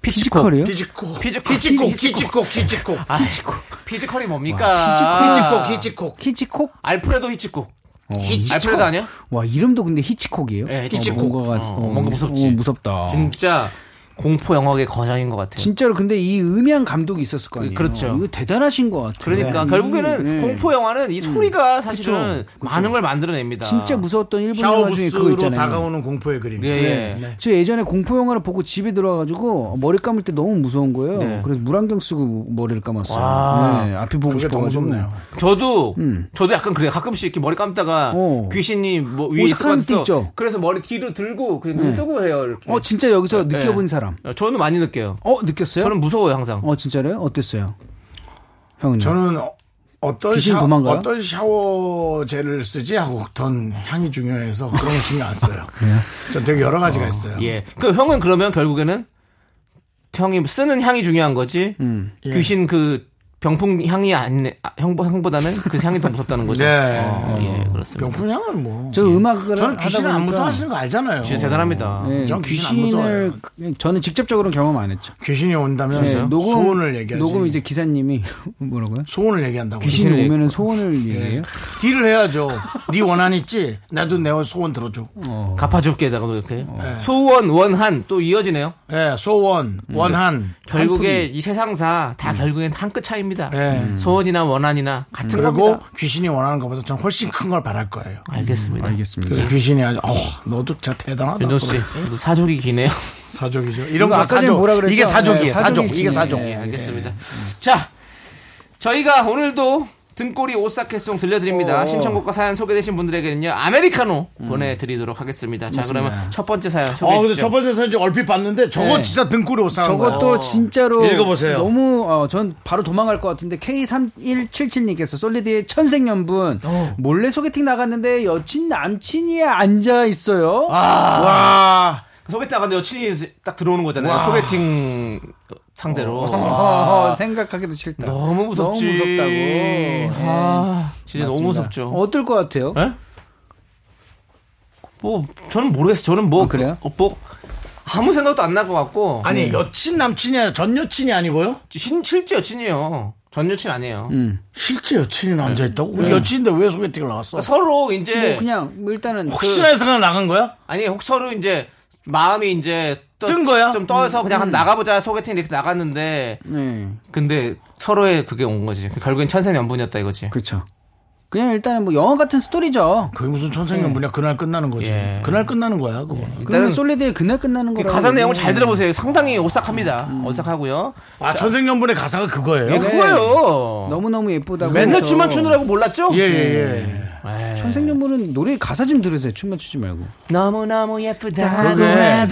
피지컬
피지컬이요? 아,
디지코.
피지코.
디지코.
피지코.
디지코. 디지코.
피지코 피지컬이 뭡니까?
히치콕, 히치콕.
히치콕?
알프레도 어. 히치콕
어,
히치콕.
알프레도 아니야?
와 이름도 근데 히치콕이에요?
예,
어,
히치콕.
뭔가가
어,
어,
뭔가 무섭지.
어, 무섭다.
진짜 공포 영화계 거장인 것 같아요.
진짜로 근데 이 음향 감독이 있었을 거 아니에요.
그렇죠.
이거 대단하신 것 같아요.
그러니까
음,
결국에는
네. 음.
공포 영화는 이 소리가 사실은
그쵸.
많은 걸 만들어냅니다.
진짜 무서웠던 일본 영화 중에 그거
아, 샤오부스로
있잖아요. 네.
다가오는 공포의 그림.
예, 예.
저 예전에 공포 영화를 보고 집에 들어와가지고 머리 감을 때 너무 무서운 거예요.
네.
그래서 물안경 쓰고 머리를
와.
감았어요. 네, 앞이 보고
그게 너무
싶어가지고.
좋네요.
저도 저도 약간 그래 요 가끔씩 이렇게 머리 감다가
음. 어.
귀신이 뭐 위에
오싹한 데
있어
있죠? 네.
그래서 머리 뒤로 들고 그냥 눈 뜨고 해요 이렇게.
어 진짜 여기서
네.
느껴본 사람.
어, 저는 많이 느껴요.
어 느꼈어요?
저는 무서워요 항상.
어 진짜로요? 어땠어요? 형은요?
저는 어- 어떤
귀신
샤워,
도망가요?
어떤 샤워제를 쓰지 하고 어떤 향이 중요해서 그런 거 신경 안 써요.
네.
전 되게 여러 가지가 있어요.
예. 그 형은 그러면 결국에는 형이 쓰는 향이 중요한 거지.
음.
예.
귀신 그 병풍 향이 안 아, 형보- 형보다는 그 향이 더 무섭다는 거죠.
네.
어, 예, 그렇습니다.
병풍 향은 뭐.
저 음악을
저는 귀신을
하다
안
보니까-
무서워하시는 거 알잖아요.
진짜 대단합니다.
네,
전 귀신 안 무서워요.
귀신을 그- 저는 직접적으로는 경험 안 했죠.
귀신이 온다면
네, 녹음
소원을 얘기하지.
녹음 이제 기사님이 뭐라고요?
소원을 얘기한다고. 예.
귀신
얘기-
오면은 소원을 얘기해요.
딜을 해야죠. 네 원한 있지? 나도 내 소원 들어줘.
갚아줄게다가 또 이렇게
네.
소원 원한 또 이어지네요.
예, 소원, 원한.
결국에 이 음. 세상사 다 결국엔 한 끗 차이입니다.
예.
소원이나 원한이나
네.
같은
그리고
겁니다.
귀신이 원하는 것보다 저는 훨씬 큰 걸 바랄 거예요.
알겠습니다.
알겠습니다.
그래서 귀신이 아주, 어, 너도 진짜 대단하다.
윤정 씨, 저도 사족이 기네요.
사족이죠. 이런
이거
거
아까 전에
사족.
뭐라 그랬죠?
이게 사족이에요.
네, 사족이
사족. 이게
기네.
사족. 아,
네,
예, 알겠습니다. 자, 저희가 오늘도 등골이 오싹해송 음. 들려드립니다. 신청곡과 사연 소개되신 분들에게는요 아메리카노 보내드리도록 하겠습니다. 자, 그러면 첫 번째 사연
아,
소개해
근데
주시죠.
첫 번째 사진 얼핏 봤는데 저거
네.
진짜 등골이 오싹한 거예요.
저것도 진짜로
아, 어. 읽어보세요.
너무 어, 전 바로 도망갈 것 같은데 K3177님께서 솔리드의 천생연분
어.
몰래 소개팅 나갔는데 여친 남친이 앉아 있어요.
아.
와. 소개팅 나갔는데 여친이 딱 들어오는 거잖아요. 소개팅 상대로. 아,
어, 생각하기도 싫다.
너무 무섭지.
너무 무섭다고. 네,
아, 진짜 너무
맞습니다.
무섭죠. 네?
어떨 것 같아요?
뭐 저는 모르겠어요. 저는 뭐
아, 그래요?
어, 뭐 아무 생각도 안 날 것 같고
아니
네.
여친 남친이 아니라 전 여친이 아니고요?
신, 실제 여친이에요. 전 여친 아니에요.
음.
실제
네.
여친이 남자 있다고? 우리 여친인데 왜 소개팅을 나갔어?
그러니까 서로 이제
그냥 뭐 일단은
혹시나 해서 그냥 나간 거야?
아니 혹 서로 이제 마음이 이제 떠-
뜬 거야?
좀 떠서 그냥 한번 나가보자 소개팅 이렇게 나갔는데
그, 네.
근데 서로의 그게 온 거지. 결국엔 천생연분이었다 이거지.
그렇죠. 그냥 일단은 뭐 영화 같은 스토리죠.
그게 무슨
네.
천생연분이야 그날 끝나는 거지
예.
그날 끝나는 거야 그거는
그러면
일단은
솔리드의 그날 끝나는
그
거라.
가사 내용을 잘 들어보세요. 상당히 오싹합니다.
음.
오싹하고요.
아 천생연분의 가사가 그거예요? 네.
예, 그거요.
네. 너무 너무 예쁘다고.
맨날
해서. 네.
춤만 추느라고 몰랐죠? 네.
예, 예, 예.
에이.
천생연분은 노래 가사 좀 들으세요. 춤만 추지 말고.
너무너무 예쁘다. 네.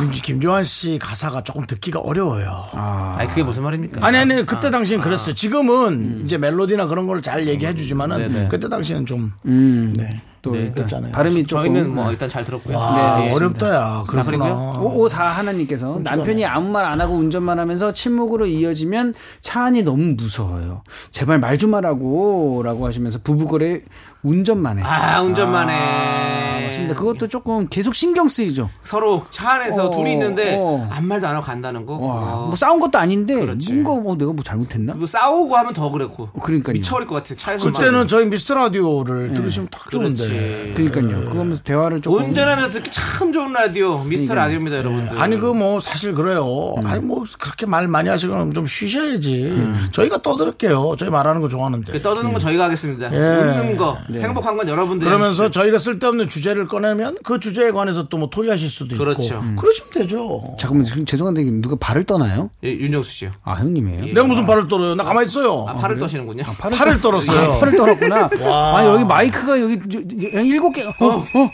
그게 김, 조한씨 가사가 조금 듣기가 어려워요.
아, 그게 무슨 말입니까? 음.
아니 아니 그때 당시엔 그랬어요. 지금은 이제 멜로디나 그런 걸 잘 얘기해 주지만은
네네.
그때 당시에는 좀
음.
네.
또 일단
그랬잖아요.
발음이 조금
저희는 뭐 일단 잘 들었고요.
아,
네, 예.
어렵다야. 그렇구나.
그리고요?
554 하나님께서 남편이 아무 말 안 하고 운전만 하면서 침묵으로 이어지면 차 안이 너무 무서워요. 제발 말 좀 하라고 라고 하시면서 부부거래 운전만 해.
아, 운전만 해.
맞습니다. 그것도 조금 계속 신경 쓰이죠.
서로 차 안에서
어,
둘이 있는데
어.
아무 말도 안 하고 간다는 거.
와,
어.
뭐 싸운 것도 아닌데
그렇지.
뭔가 뭐 내가 뭐 잘못했나?
그리고 싸우고 하면 더 그랬고.
그러니까요.
미쳐버릴 것 같아. 차에서
그때는 저희 미스터 라디오를 들으시면 딱
음. 그렇지.
좋은데.
그러니까요. 그거면서 대화를 조금
예. 운전하면서 듣기 참 좋은 라디오. 미스터 라디오입니다, 여러분들.
아니 그 뭐 사실 그래요.
음.
아니 뭐 그렇게 말 많이 하시면 좀 쉬셔야지. 저희가 떠들을게요. 저희 말하는 거 좋아하는데.
음. 그 떠드는 거 저희가 하겠습니다. 웃는 거, 행복한 건 여러분들이.
예. 그러면서 저희가 쓸데없는 주제를 꺼내면 그 주제에 관해서 또 뭐 토의하실 수도 있고.
그렇죠. 음.
그러시면 되죠.
잠깐만 지금 죄송한데 누가 발을 떠나요?
예, 윤정수 씨요.
아 형님이에요.
내가 무슨 발을 떨어요? 나 가만히 있어요.
아, 팔을 떠시는군요.
팔을, 떨었어요.
아, 팔을 떨었구나. 아 여기 마이크가 여기 여- 여- 일곱 개. 어, 어.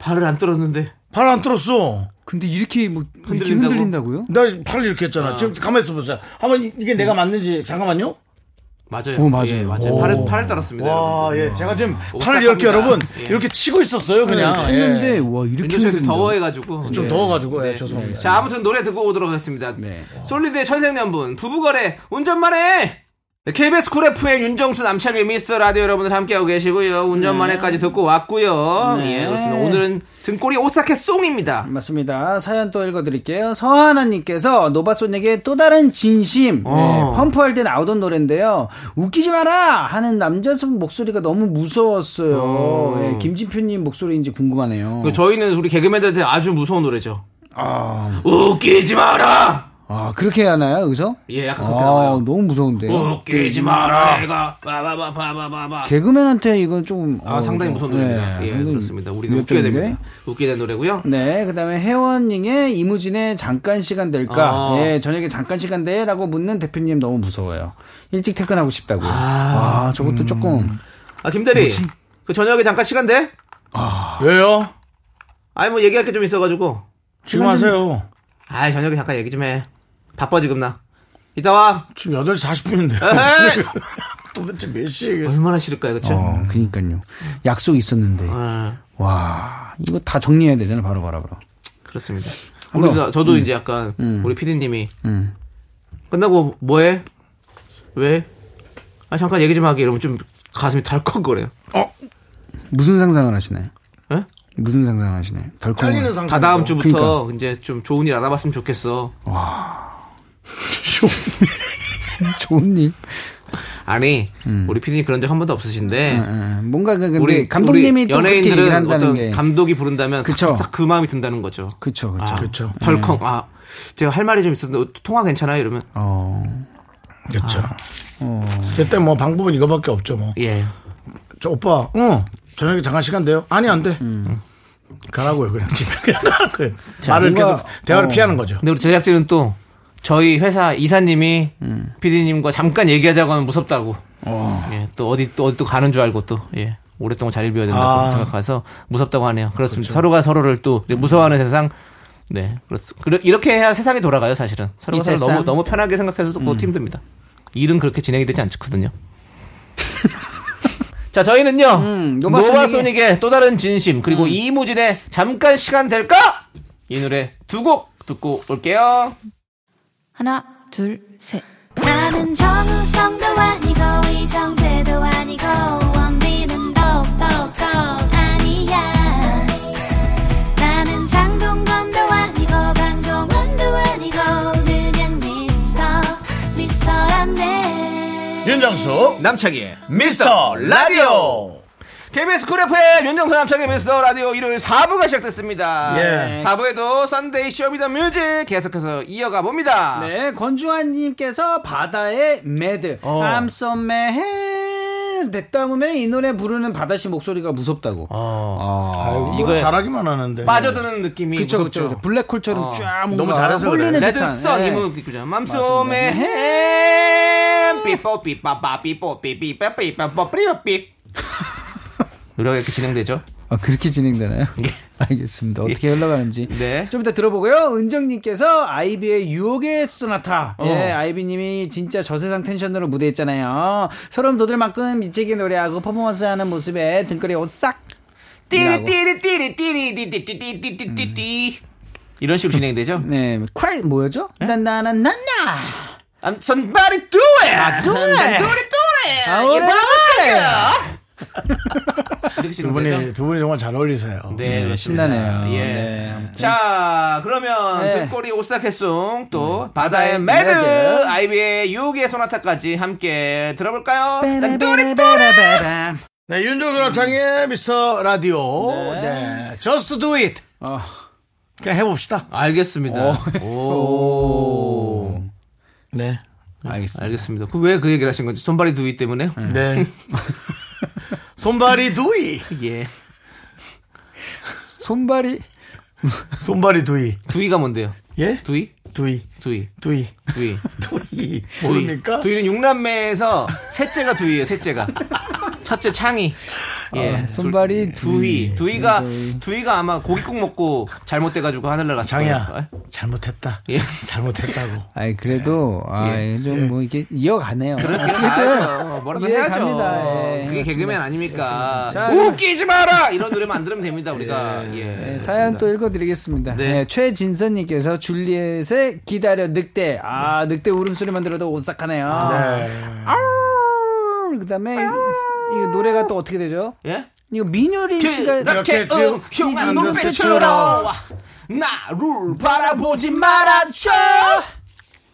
발을 안 떨었는데.
팔 안 떨었어.
근데 이렇게 뭐 이렇게
흔들린다고?
흔들린다고요?
나 팔 이렇게 했잖아. 지금 가만히 있어 보세요. 한번 이- 이게 내가 맞는지 잠깐만요.
맞아요.
오, 맞아요.
예, 맞아요. 팔을, 팔을 떨었습니다.
와,
여러분들.
예. 제가 지금
오,
팔을 이렇게
네, 싹합니다.
여러분
예. 네,
이렇게 치고 있었어요, 그냥.
했는데
예.
네, 와 이렇게
윤정수 씨
흔들린다.
더워해가지고.
좀
예.
더워가지고 예, 죄송합니다.
자, 아무튼 노래 듣고 오도록 하겠습니다. 솔리드의 천생연분, 부부거래, 운전만 해! 네, KBS 쿨 FM 윤정수 남창의 미스터 라디오 여러분들 함께하고 계시고요. 운전만 해까지 듣고 왔고요. 예, 그렇습니다. 오늘은 등골이 오싹해 쏭입니다.
맞습니다. 사연 또 읽어드릴게요. 서하나님께서 노바손에게 또 다른 진심.
어.
네, 펌프할 때 나오던 노래인데요. 웃기지 마라! 하는 남자 목소리가 너무 무서웠어요. 예, 김진표님 목소리인지 궁금하네요.
그 저희는 우리 개그맨들한테 아주 무서운 노래죠.
아,
웃기지 마라!
아, 그렇게 하나요, 여기서?
예, 약간
아,
그렇게 나와요.
너무 무서운데요.
웃기지 마라! 내가, 바바바바바바.
개그맨한테 이건 좀.
아,
어,
상당히
좀-
무서운 노래입니다.
네,
예,
상당히
그렇습니다. 우리는 웃게
위협적인데?
됩니다. 웃게 된 노래고요.
네, 그다음에 혜원님의 이무진의 잠깐 시간 될까?
아.
예, 저녁에 잠깐 시간 돼라고 묻는 대표님 너무 무서워요. 일찍 퇴근하고 싶다고. 아, 저것도 조금
아, 김대리. 그 저녁에 잠깐 시간 돼? 네.
왜요?
아니, 뭐 얘기할 게 좀 있어가지고.
지금 하세요.
아이 저녁에 잠깐 얘기 좀 해. 바빠 지금 나. 이따 와.
지금 8시 40분인데.
에이!
도대체 몇 시에 얘기했어?
얼마나 싫을까요, 그쵸?
어, 그니까요. 약속 있었는데.
아,
와, 이거 다 정리해야 되잖아. 바로 바로 바로.
그렇습니다. 우리도, 저도 이제 약간, 우리 피디님이, 끝나고 뭐 해? 왜? 아, 잠깐 얘기 좀 하게. 이러면 좀 가슴이 덜컥거려요.
무슨 상상을 하시나요?
예?
무슨 상상을 하시나요? 덜컹.
잘리는 상상.
다 다음 주부터 이제 좀 좋은 일 알아봤으면 좋겠어.
좋은 일.
아니, 우리 피디님 그런 적 한 번도 없으신데,
예, 예. 뭔가 그- 근데
우리
감독님이
우리
또 그렇게 얘기를
연예인들은
한다는
어떤
게.
감독이 부른다면
그쵸.
딱 그 마음이 든다는 거죠.
그쵸, 그쵸.
아,
그렇죠.
덜컹. 아, 제가 할 말이 좀 있었는데 통화 괜찮아요? 이러면
어.
그렇죠. 그때 뭐 방법은 이거밖에 없죠, 뭐.
예.
저 오빠, 어, 음. 저녁에 잠깐 시간 돼요? 아니, 안 돼. 가라고요, 그냥 집에. 그냥 가라고요. 말을
뭔가,
계속, 대화를
어.
피하는 거죠.
근데 우리 제작진은 또 저희 회사 이사님이
음.
PD님과 잠깐 얘기하자고 하면 무섭다고. 예. 또 어디 또 어디 또 가는 줄 알고 또 예. 오랫동안 자리를 비워야 된다고
아.
생각해서 무섭다고 하네요. 그렇습니다.
그렇죠.
서로가 서로를 또
음.
이제 무서워하는 세상. 네, 그렇습니다. 그러- 이렇게 해야 세상이 돌아가요, 사실은. 서로가
이
서로
세상.
너무
음.
너무 편하게 생각해서 또 그것도 힘듭니다. 일은 그렇게 진행이 되지 않거든요. 자, 저희는요.
노바소닉의-
노바소닉의 또 다른 진심 그리고
음.
이무진의 잠깐 시간 될까? 이 노래 두 곡 듣고 올게요.
하나, 둘, 셋.
나는 정우성도 아니고 이정재도 아니고 원빈은 더욱더 아니야 나는 장동건도
윤정수
남창희의
미스터 라디오
KBS 쿨 FM 윤정수 남창의 미스터 라디오 일요일 4부가 시작됐습니다.
예.
4부에도 썬데이 쇼미더 뮤직 계속해서 이어가 봅니다.
네, 권중환님께서 바다의 매드.
어.
I'm so mad. 됐다 보면 이 노래 부르는 바다씨 목소리가 무섭다고.
아,
아이고, 이거 잘하기만 하는데.
빠져드는 느낌이
그쵸,
무섭죠. 아.
그쵸. 블랙홀처럼 쫙 뭔가
너무 잘해서 그래요.
홀리는
레드
듯한.
썬
예.
이문 느낌이죠. 맘소매 햄 삐뽀 삐빠빠 삐뽀 삐삐빠 뭐, 삐빠빠 삐삐 노래가 이렇게 진행되죠.
아, 그렇게 진행되나요? 알겠습니다. 어떻게 흘러가는지.
예. 네.
좀 이따 들어보고요. 은정님께서 아이비의 유혹의 소나타.
어.
예, 아이비님이 진짜 저세상 텐션으로 무대했잖아요. 소름 돋을 만큼 미치게 노래하고 퍼포먼스하는 모습에 등골이 오싹.
띠리 띠리 띠리 띠리 띠띠띠띠띠띠띠 이런 식으로 진행되죠.
네, 크라이 뭐였죠?
예?
난나나나나. 그
I'm somebody do it. 아, do it. do it.
아, 오래
예. 이렇게
두
진행되죠.
분이 두 분이 정말 잘 어울리세요.
네, 그렇습니다.
신나네요.
예.
네.
자, 그러면
네.
등골이 오싹해송 또 바다의 네, 매드,
매드.
아이비의 유혹의 소나타까지 함께 들어볼까요?
네. 빠라바라바라바람.
네, 윤종수 남창의 미스터 라디오. 네. Just do it.
어,
그냥 해봅시다.
알겠습니다. 오.
네.
알겠습니다. 알겠습니다. 그 왜 그 얘기를 하신 건지 손발이 두위 때문에?
음.
네. 손발이 두이.
예.
손발이
손발이 두이.
두위가 뭔데요?
예?
두위?
두이.
두위.
두이.
두위.
두이.
두위.
모릅니까?
두위는 육남매에서 셋째가 두위예요. 셋째가. 첫째 창이. 예.
아, 손발이 음,
둘- 예. 두위. 두위가 두위가 아마 고기국 먹고 잘못돼 가지고 하늘날 갔을 거예요.
장이야. 잘못했다.
예.
잘못했다고.
아이 네. 그래도
예.
아이 좀 뭐 이게 이어가네요.
해야죠. 뭐라도
예,
해야죠.
갑니다. 예,
그게
그렇습니다.
개그맨 아닙니까?
자,
웃기지 마라! 이런 노래만 안 들으면 됩니다, 우리가. 예.
네, 사연 또 읽어드리겠습니다.
네.
네, 최진선님께서 줄리엣의 기다려 늑대. 아
네.
늑대 울음소리만 들어도 오싹하네요.
아,
네.
아우 그다음에 이, 이 노래가 또 어떻게 되죠?
예?
이거 민효린 씨가 어.
이렇게
이렇게
지금
흉한
이중도
눈빛으로
스스로
뭐 나를 바라보지 말아줘!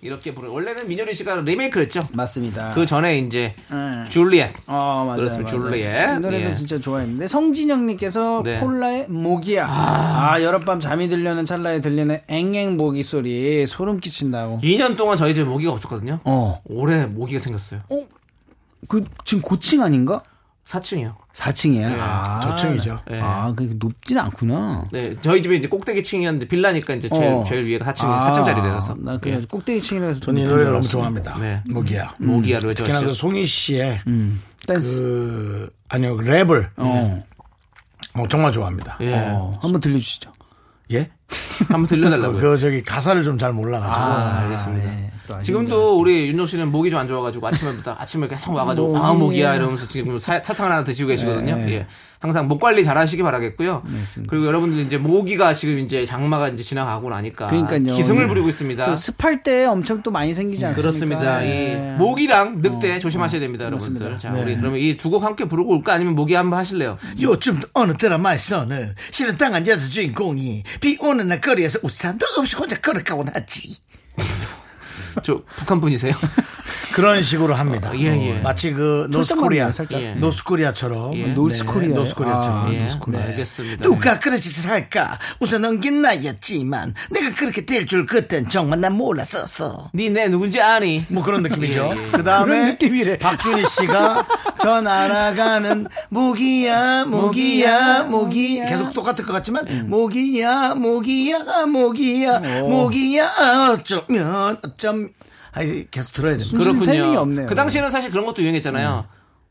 이렇게 부르 원래는 민효리 씨가 리메이크를 했죠.
맞습니다.
그 전에 이제
네.
줄리엣.
어, 맞아요.
그렇습니다.
맞아요.
줄리엣.
이 노래도
예.
진짜 좋아했는데 성진영님께서
네.
폴라의 모기야. 아, 여름밤 잠이 들려는 찰나에 들리는 앵앵 모기 소리 소름 끼친다고.
2년 동안 저희 집에 모기가 없었거든요.
어,
올해 모기가 생겼어요.
그 지금 고층 아닌가?
4층이요.
4층이야. 아,
저층이죠.
예.
아, 그 높진 않구나.
네, 저희 집에 이제 꼭대기 층이었는데 빌라니까 이제 제일,
어.
제일 위에가 그 4층,
아,
4층짜리라서.
나 그냥 꼭대기층이라서
저는 이
높은
노래를
줄
너무
알았어.
좋아합니다.
네.
모기야.
음,
모기야로 해줘.
특히나 그 송희 씨의
댄스.
그 아니요 그 랩을
어.
네.
음,
어, 정말 좋아합니다.
예.
어, 한번 들려주시죠.
예?
한번 들려달라고요.
그 저기 가사를 좀 잘 몰라가지고
아, 알겠습니다.
또 아쉽네요.
지금도 우리 윤종 씨는 목이 좀 안 좋아가지고 아침에부터 아침에 계속 와가지고 아 목이야 이러면서 지금 뭐 사, 사탕 하나 드시고 계시거든요. 예. 항상 목 관리 잘하시기 바라겠고요. 그리고 여러분들 이제 모기가 지금 이제 장마가 이제 지나가고 나니까
그러니까요.
아, 기승을
예.
부리고 있습니다. 음,
또 습할 때 엄청 또 많이 생기지 않습니까?
그렇습니다.
예.
이 모기랑 늑대 조심하셔야 됩니다, 여러분들. 자, 우리 그러면 이 두 곡 함께 부르고 올까 아니면 모기 한번 하실래요?
요즘 어느 드라마에서는 실은 당한 여자 주인공이 비 오는 날 거리에서 우산도 없이 혼자 걸어가곤 하지
저 북한 분이세요?
그런 식으로 합니다.
예, 예.
어, 마치 그
말이야,
노스코리아,
살짝.
예.
노스코리아처럼
예.
노스코리아요?
노스코리아처럼.
아,
예,
노스코리아.
알겠습니다. 네.
누가 그런 짓을 할까 우선 넘긴 나였지만 내가 그렇게 될 줄 그땐 정말 난 몰랐었어
니네 누군지 아니?
뭐 그런 느낌이죠.
예, 예.
그다음에
그런 느낌이래.
박준희 씨가 전 알아가는 모기야 모기야 모기 계속 똑같을 것 같지만
음.
모기야 모기야 모기야 모기야 어쩌면 어쩜 아니 계속 들어야 돼.
무슨 템이 없네요. 네.
그 당시에는 사실 그런 것도 유행했잖아요.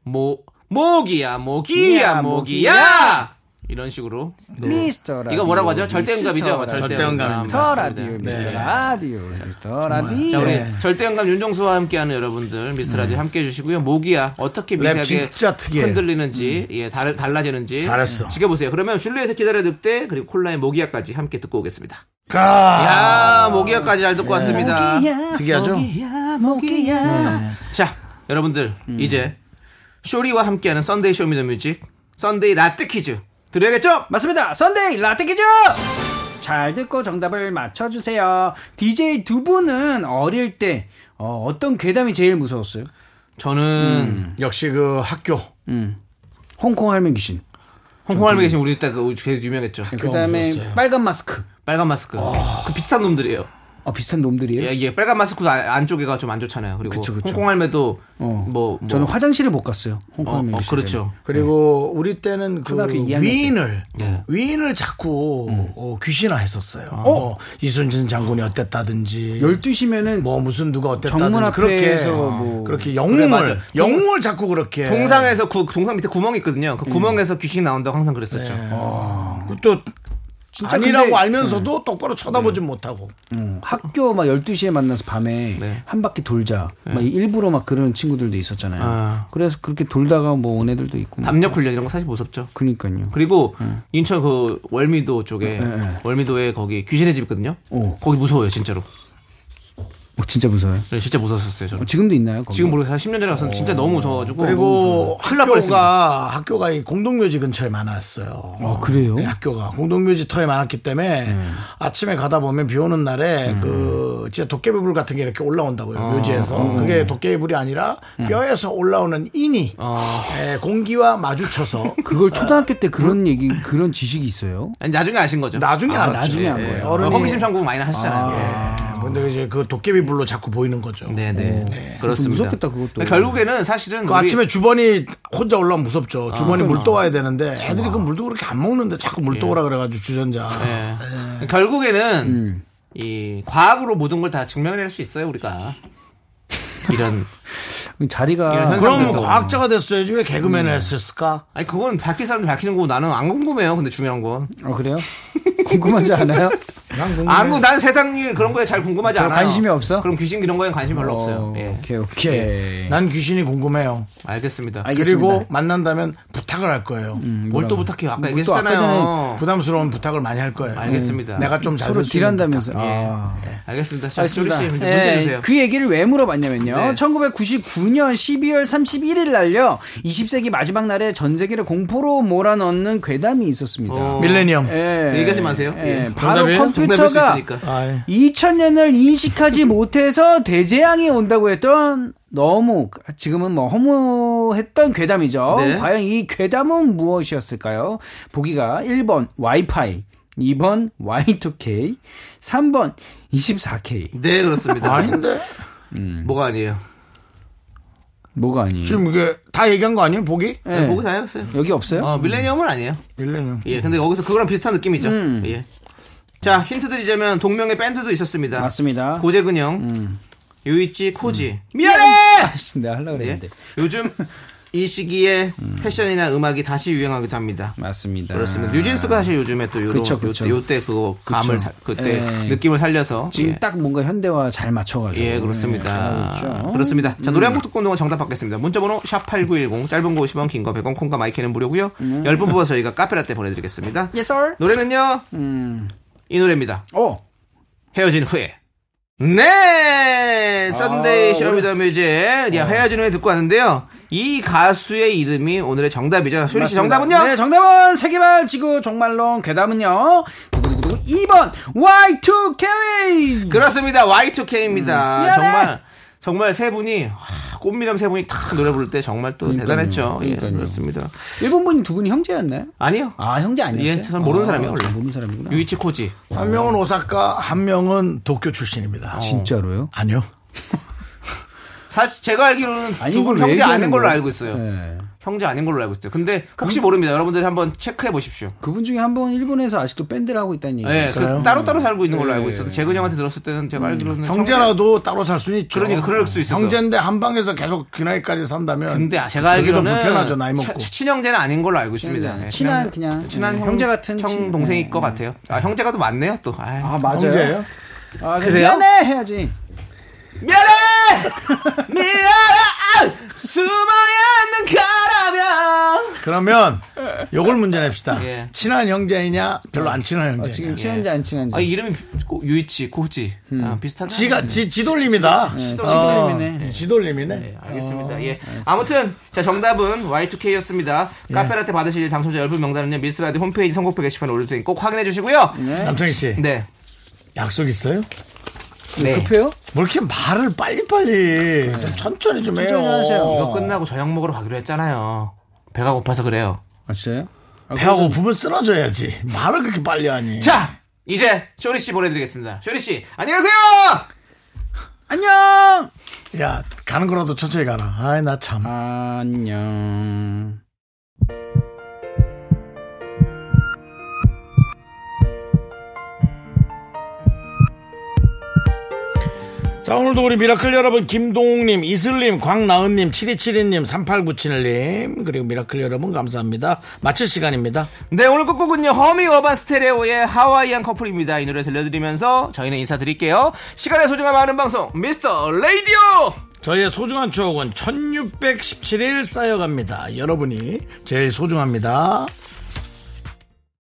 모 모기야 모기야
야,
모기야 이런 식으로.
미스터 라디오.
이거 뭐라고 하죠? 절대응답이죠?
미스터
절대응답. 네.
라디오. 미스터 라디오. 예. 미스터 라디오. 미스터 라디오.
자 우리 절대응감 윤정수와 함께하는 여러분들
네.
미스터라디오 함께해 주시고요. 모기야 어떻게 미세하게
진짜 특이해요.
흔들리는지
음.
예 달, 달라지는지
잘했어.
지켜보세요. 그러면 줄리에서 기다려 늑대 그리고 콜라의 모기야까지 함께 듣고 오겠습니다.
아.
가
야 모기야까지 잘
네.
듣고 왔습니다.
특이하죠?
자, 여러분들 이제 쇼리와 함께하는 썬데이 쇼미더뮤직 썬데이 라떼 퀴즈 드려야겠죠?
맞습니다. 선데이 라떼 퀴즈! 잘 듣고 정답을 맞춰주세요. DJ 두 분은 어릴 때 어, 떤 괴담이 제일 무서웠어요?
저는
역시 그 학교.
홍콩 할매 귀신.
홍콩 할매 계신 우리 때그 계속 유명했죠.
그다음에 아. 빨간 마스크.
빨간 마스크. 그 비슷한 놈들이에요.
아 비슷한 놈들이에요.
예, 예, 빨간 마스크도 안- 안쪽에가 좀 안 좋잖아요. 그리고
그쵸, 그쵸.
홍콩 할매도
어.
뭐, 뭐
저는 화장실을 못 갔어요. 홍콩
어,
할매
어,
귀신. 때문에.
그렇죠.
그리고 우리 때는 그
네. 초등학교 이학년 때. 네. 음.
위인을
예.
위인을 자꾸 어, 귀신화 했었어요.
아.
뭐 이순신 장군이 어땠다든지
12시면은
뭐 무슨 누가 어땠다든지
정문
그렇게 아,
앞에서 뭐-
그렇게 영웅을
맞아.
영웅을 자꾸 그렇게
네.
동상에서 구, 동상 밑에 구멍이 있거든요.
음.
그 구멍에서 귀신 나온다고 항상 그랬었죠.
네.
또 아니라고
근데-
알면서도 똑바로 쳐다보진 못하고
음, 학교 막 12시에 만나서 밤에
네.
한 바퀴 돌자. 막 일부러 막 그런 친구들도 있었잖아요.
아.
그래서 그렇게 돌다가 뭐 온 애들도 있고. 막.
담력 훈련 이런 거 사실 무섭죠.
그러니까요.
그리고 인천 그 월미도 쪽에
네, 네.
월미도에 거기 귀신의 집 있거든요.
오.
거기 무서워요 진짜로.
어, 진짜 무서워요.
네, 진짜 무서웠었어요 저는.
어, 지금도 있나요? 거기?
지금 모르겠어요. 10년 전에 갔었는데 진짜 너무 무서워가지고.
그리고
큰일 날 뻔했습니다.
학교가 학교가 이 공동묘지 근처에 많았어요.
아, 그래요?
네, 학교가 공동묘지 터에 많았기 때문에 아침에 가다 보면 비 오는 날에 그 진짜 도깨비불 같은 게 이렇게 올라온다고요 묘지에서 그게 도깨비불이 아니라 뼈에서 올라오는 인이 예, 공기와 마주쳐서
그걸 초등학교 때 그런 얘기 그런 지식이 있어요.
아니, 나중에 아신 거죠.
나중에 알았죠.
나중에 한
예,
거예요.
어른이
호기심 천국 많이 하시잖아요. 예.
예, 근데 이제 그 도깨비불로 자꾸 보이는 거죠.
네네. 그렇습니다.
무섭겠다, 그것도.
그러니까 결국에는 사실은
그
우리-
아침에 주번이 혼자 올라오면 무섭죠.
아,
주번이 물 떠와야 되는데 애들이 그 물도 그렇게 안 먹는데 자꾸
예.
물 떠오라 그래가지고 주전자.
예. 결국에는 이 과학으로 모든 걸 다 증명해낼 수 있어요 우리가 이런 이런
자리가
현상-
그럼
상대도.
과학자가 됐어야지 왜 개그맨을
음.
했을까?
아니 그건 밝힐 사람들 밝히는 거고 나는 안 궁금해요 근데 중요한 건
어, 그래요? 궁금하지 않아요?
안, 궁- 난 세상 일 그런 거에 잘 궁금하지
음, 그럼
않아요
관심이 없어?
그럼 귀신 이런 거엔 관심 별로 없어요
어,
예.
오케이 오케이.
난 귀신이 궁금해요.
알겠습니다
알겠습니다. 음.
그리고 만난다면 부탁을 할 거예요.
뭘 또 부탁해요 예. 아까
뭐또 아까
얘기했잖아요
부담스러운 부탁을 많이 할 거예요.
알겠습니다.
내가 좀
서로
잘될수 있는
딜한다면서.
부탁.
아.
알겠습니다 자 조리
알겠습니다.
예. 씨 문제,
예,
문제 주세요
그 얘기를 왜 물어봤냐면요.
네.
1999년 12월 31일 날요. 20세기 마지막 날에 전 세계를 공포로 몰아넣는 괴담이 있었습니다.
어,
밀레니엄.
예.
얘기하지 마세요.
예,
예.
바로
정답이에요?
정답일 수
컴퓨터가
있으니까.
아, 예.
2000년을 인식하지 못해서 대재앙이 온다고 했던 너무 지금은 뭐 허무했던 괴담이죠.
네.
과연 이 괴담은 무엇이었을까요? 보기가 1번 와이파이, 2번 Y2K, 3번 24K.
네 그렇습니다 음.
아닌데
뭐가 아니에요
뭐가 아니에요?
지금 이게 다 얘기한 거 아니에요? 보기?
예.
보고 다 해봤어요
여기 없어요?
어, 밀레니엄은 아니에요
밀레니엄.
예, 근데 거기서 그거랑 비슷한 느낌이죠.
음.
예. 자, 힌트 드리자면 동명의 밴드도 있었습니다.
맞습니다.
네.
음.
고재근형, 유이치, 코지. 미안해!
아이씨, 내가 하려고
예.
그랬는데.
요즘 이 시기에 패션이나 음악이 다시 유행하기도 합니다.
맞습니다.
그렇습니다. 뉴진스가 사실 요즘에 또 요런,
아. 그쵸, 그쵸.
요때, 요때 그거 감을 살- 그때
예.
느낌을 살려서
지금
예.
딱 뭔가 현대화 잘 맞춰가지고.
예,
네,
그렇습니다.
잘하고 있죠. 음.
그렇습니다. 자, 노래 한 곡 듣고 온 동안 정답 받겠습니다. 문자번호 샵8910, 짧은 거 50원, 긴 거 100원, 콩과 마이크는 무료고요 10분 뽑아 저희가 카페라떼 보내드리겠습니다.
음. Yes, sir. 음.
노래는요, 이 노래입니다.
어,
헤어진 후에. 네! 썬데이 쇼미더 뮤직. 야, 헤어진 후에 듣고 왔는데요. 이 가수의 이름이 오늘의 정답이죠. 쇼리 씨
맞습니다.
정답은요?
네, 정답은 세계발 지구 종말론 괴담은요. 두구두구두구 2번 Y2K.
그렇습니다. Y2K입니다.
음. 미안해.
정말 정말 세 분이 와, 꽃미남 세 분이 탁 노래 부를 때 정말 또 대단했죠. 예,
그러니까요.
그렇습니다.
일본 분이 두 분이 형제였나요?
아니요.
아, 형제 아니었어요?
예, 참 모르는 사람이에요, 원래.
모르는 사람이구나.
유이치 코지.
한 명은 오사카, 한 명은 도쿄
아.
출신입니다.
어. 진짜로요?
아니요.
사실 제가 알기로는
아니,
두 분
이걸 왜
형제 아닌
얘기하는
걸로
거야?
알고 있어요.
예.
형제 아닌 걸로 알고 있어요. 근데 혹시 모릅니다. 여러분들이 한번 체크해 보십시오.
그분 중에 한 번 일본에서 아직도 네. 음. 밴드를 하고 있다는 얘기.
예,
그래요?
따로 따로 살고 있는 걸로 알고 있어요. 재근 형한테 들었을 때는 제가 알기로는
형제라도 따로 살 수는 있죠.
그러니까 그럴 수 있어서.
형제인데 한 방에서 계속 그 나이까지 산다면.
근데 제가
저기도
알기로는
불편하죠 나이 먹고.
치- 친형제는 아닌 걸로 알고 있습니다. 예,
음, 친한 그냥
친한
음,
형,
형제 같은
청
친-
동생일
예.
것 같아요. 아 형제가 또 많네요 또. 아이.
아, 맞아요.
형제예요?
그래요?
아, 그래요? 미안해 해야지.
미안해 미안해 숨어있는 거라면
그러면 요걸 문제 냅시다.
예.
친한 형제이냐, 별로 안 친한 형제.
어, 지금
냐
친한지 안 친한지.
네,
네,
아 이름이 비- 고- 유이치 코지 아, 비슷하다
지가 지 지돌림이다.
예. 지돌림이네.
어, 지돌림이네.
알겠습니다. 예. 아무튼 자 정답은 Y2K였습니다. 카페라테 받으실 당첨자 10분 명단은요. 미스라디 홈페이지
음.
선곡표 게시판에 올릴 테니 꼭 확인해 주시고요.
남창희 씨
네.
약속 있어요?
네. 급해요?
뭘 이렇게 말을
예.
빨리빨리 좀 천천히 좀 해요.
천천히 하세요.
어.
이거 끝나고 저녁 먹으러 가기로 했잖아요. 배가 고파서 그래요.
아, 진짜요? 아,
배가 고프면 쓰러져야지. 말을 그렇게 빨리 하니.
자, 이제 쇼리 씨 보내드리겠습니다. 쇼리 씨, 안녕하세요.
안녕!
야, 가는 거라도 천천히 가라. 아이, 나 참.
안녕.
자, 오늘도 우리 미라클 여러분, 김동욱님, 이슬님, 광나은님, 7272님, 3897님, 그리고 미라클 여러분, 감사합니다. 마칠 시간입니다.
네, 오늘 끝곡은요 허밍 어반 스테레오의 하와이안 커플입니다. 이 노래 들려드리면서 저희는 인사드릴게요. 시간의 소중함 아는 방송 미스터 레이디오.
저희의 소중한 추억은 1617일 쌓여갑니다. 여러분이 제일 소중합니다.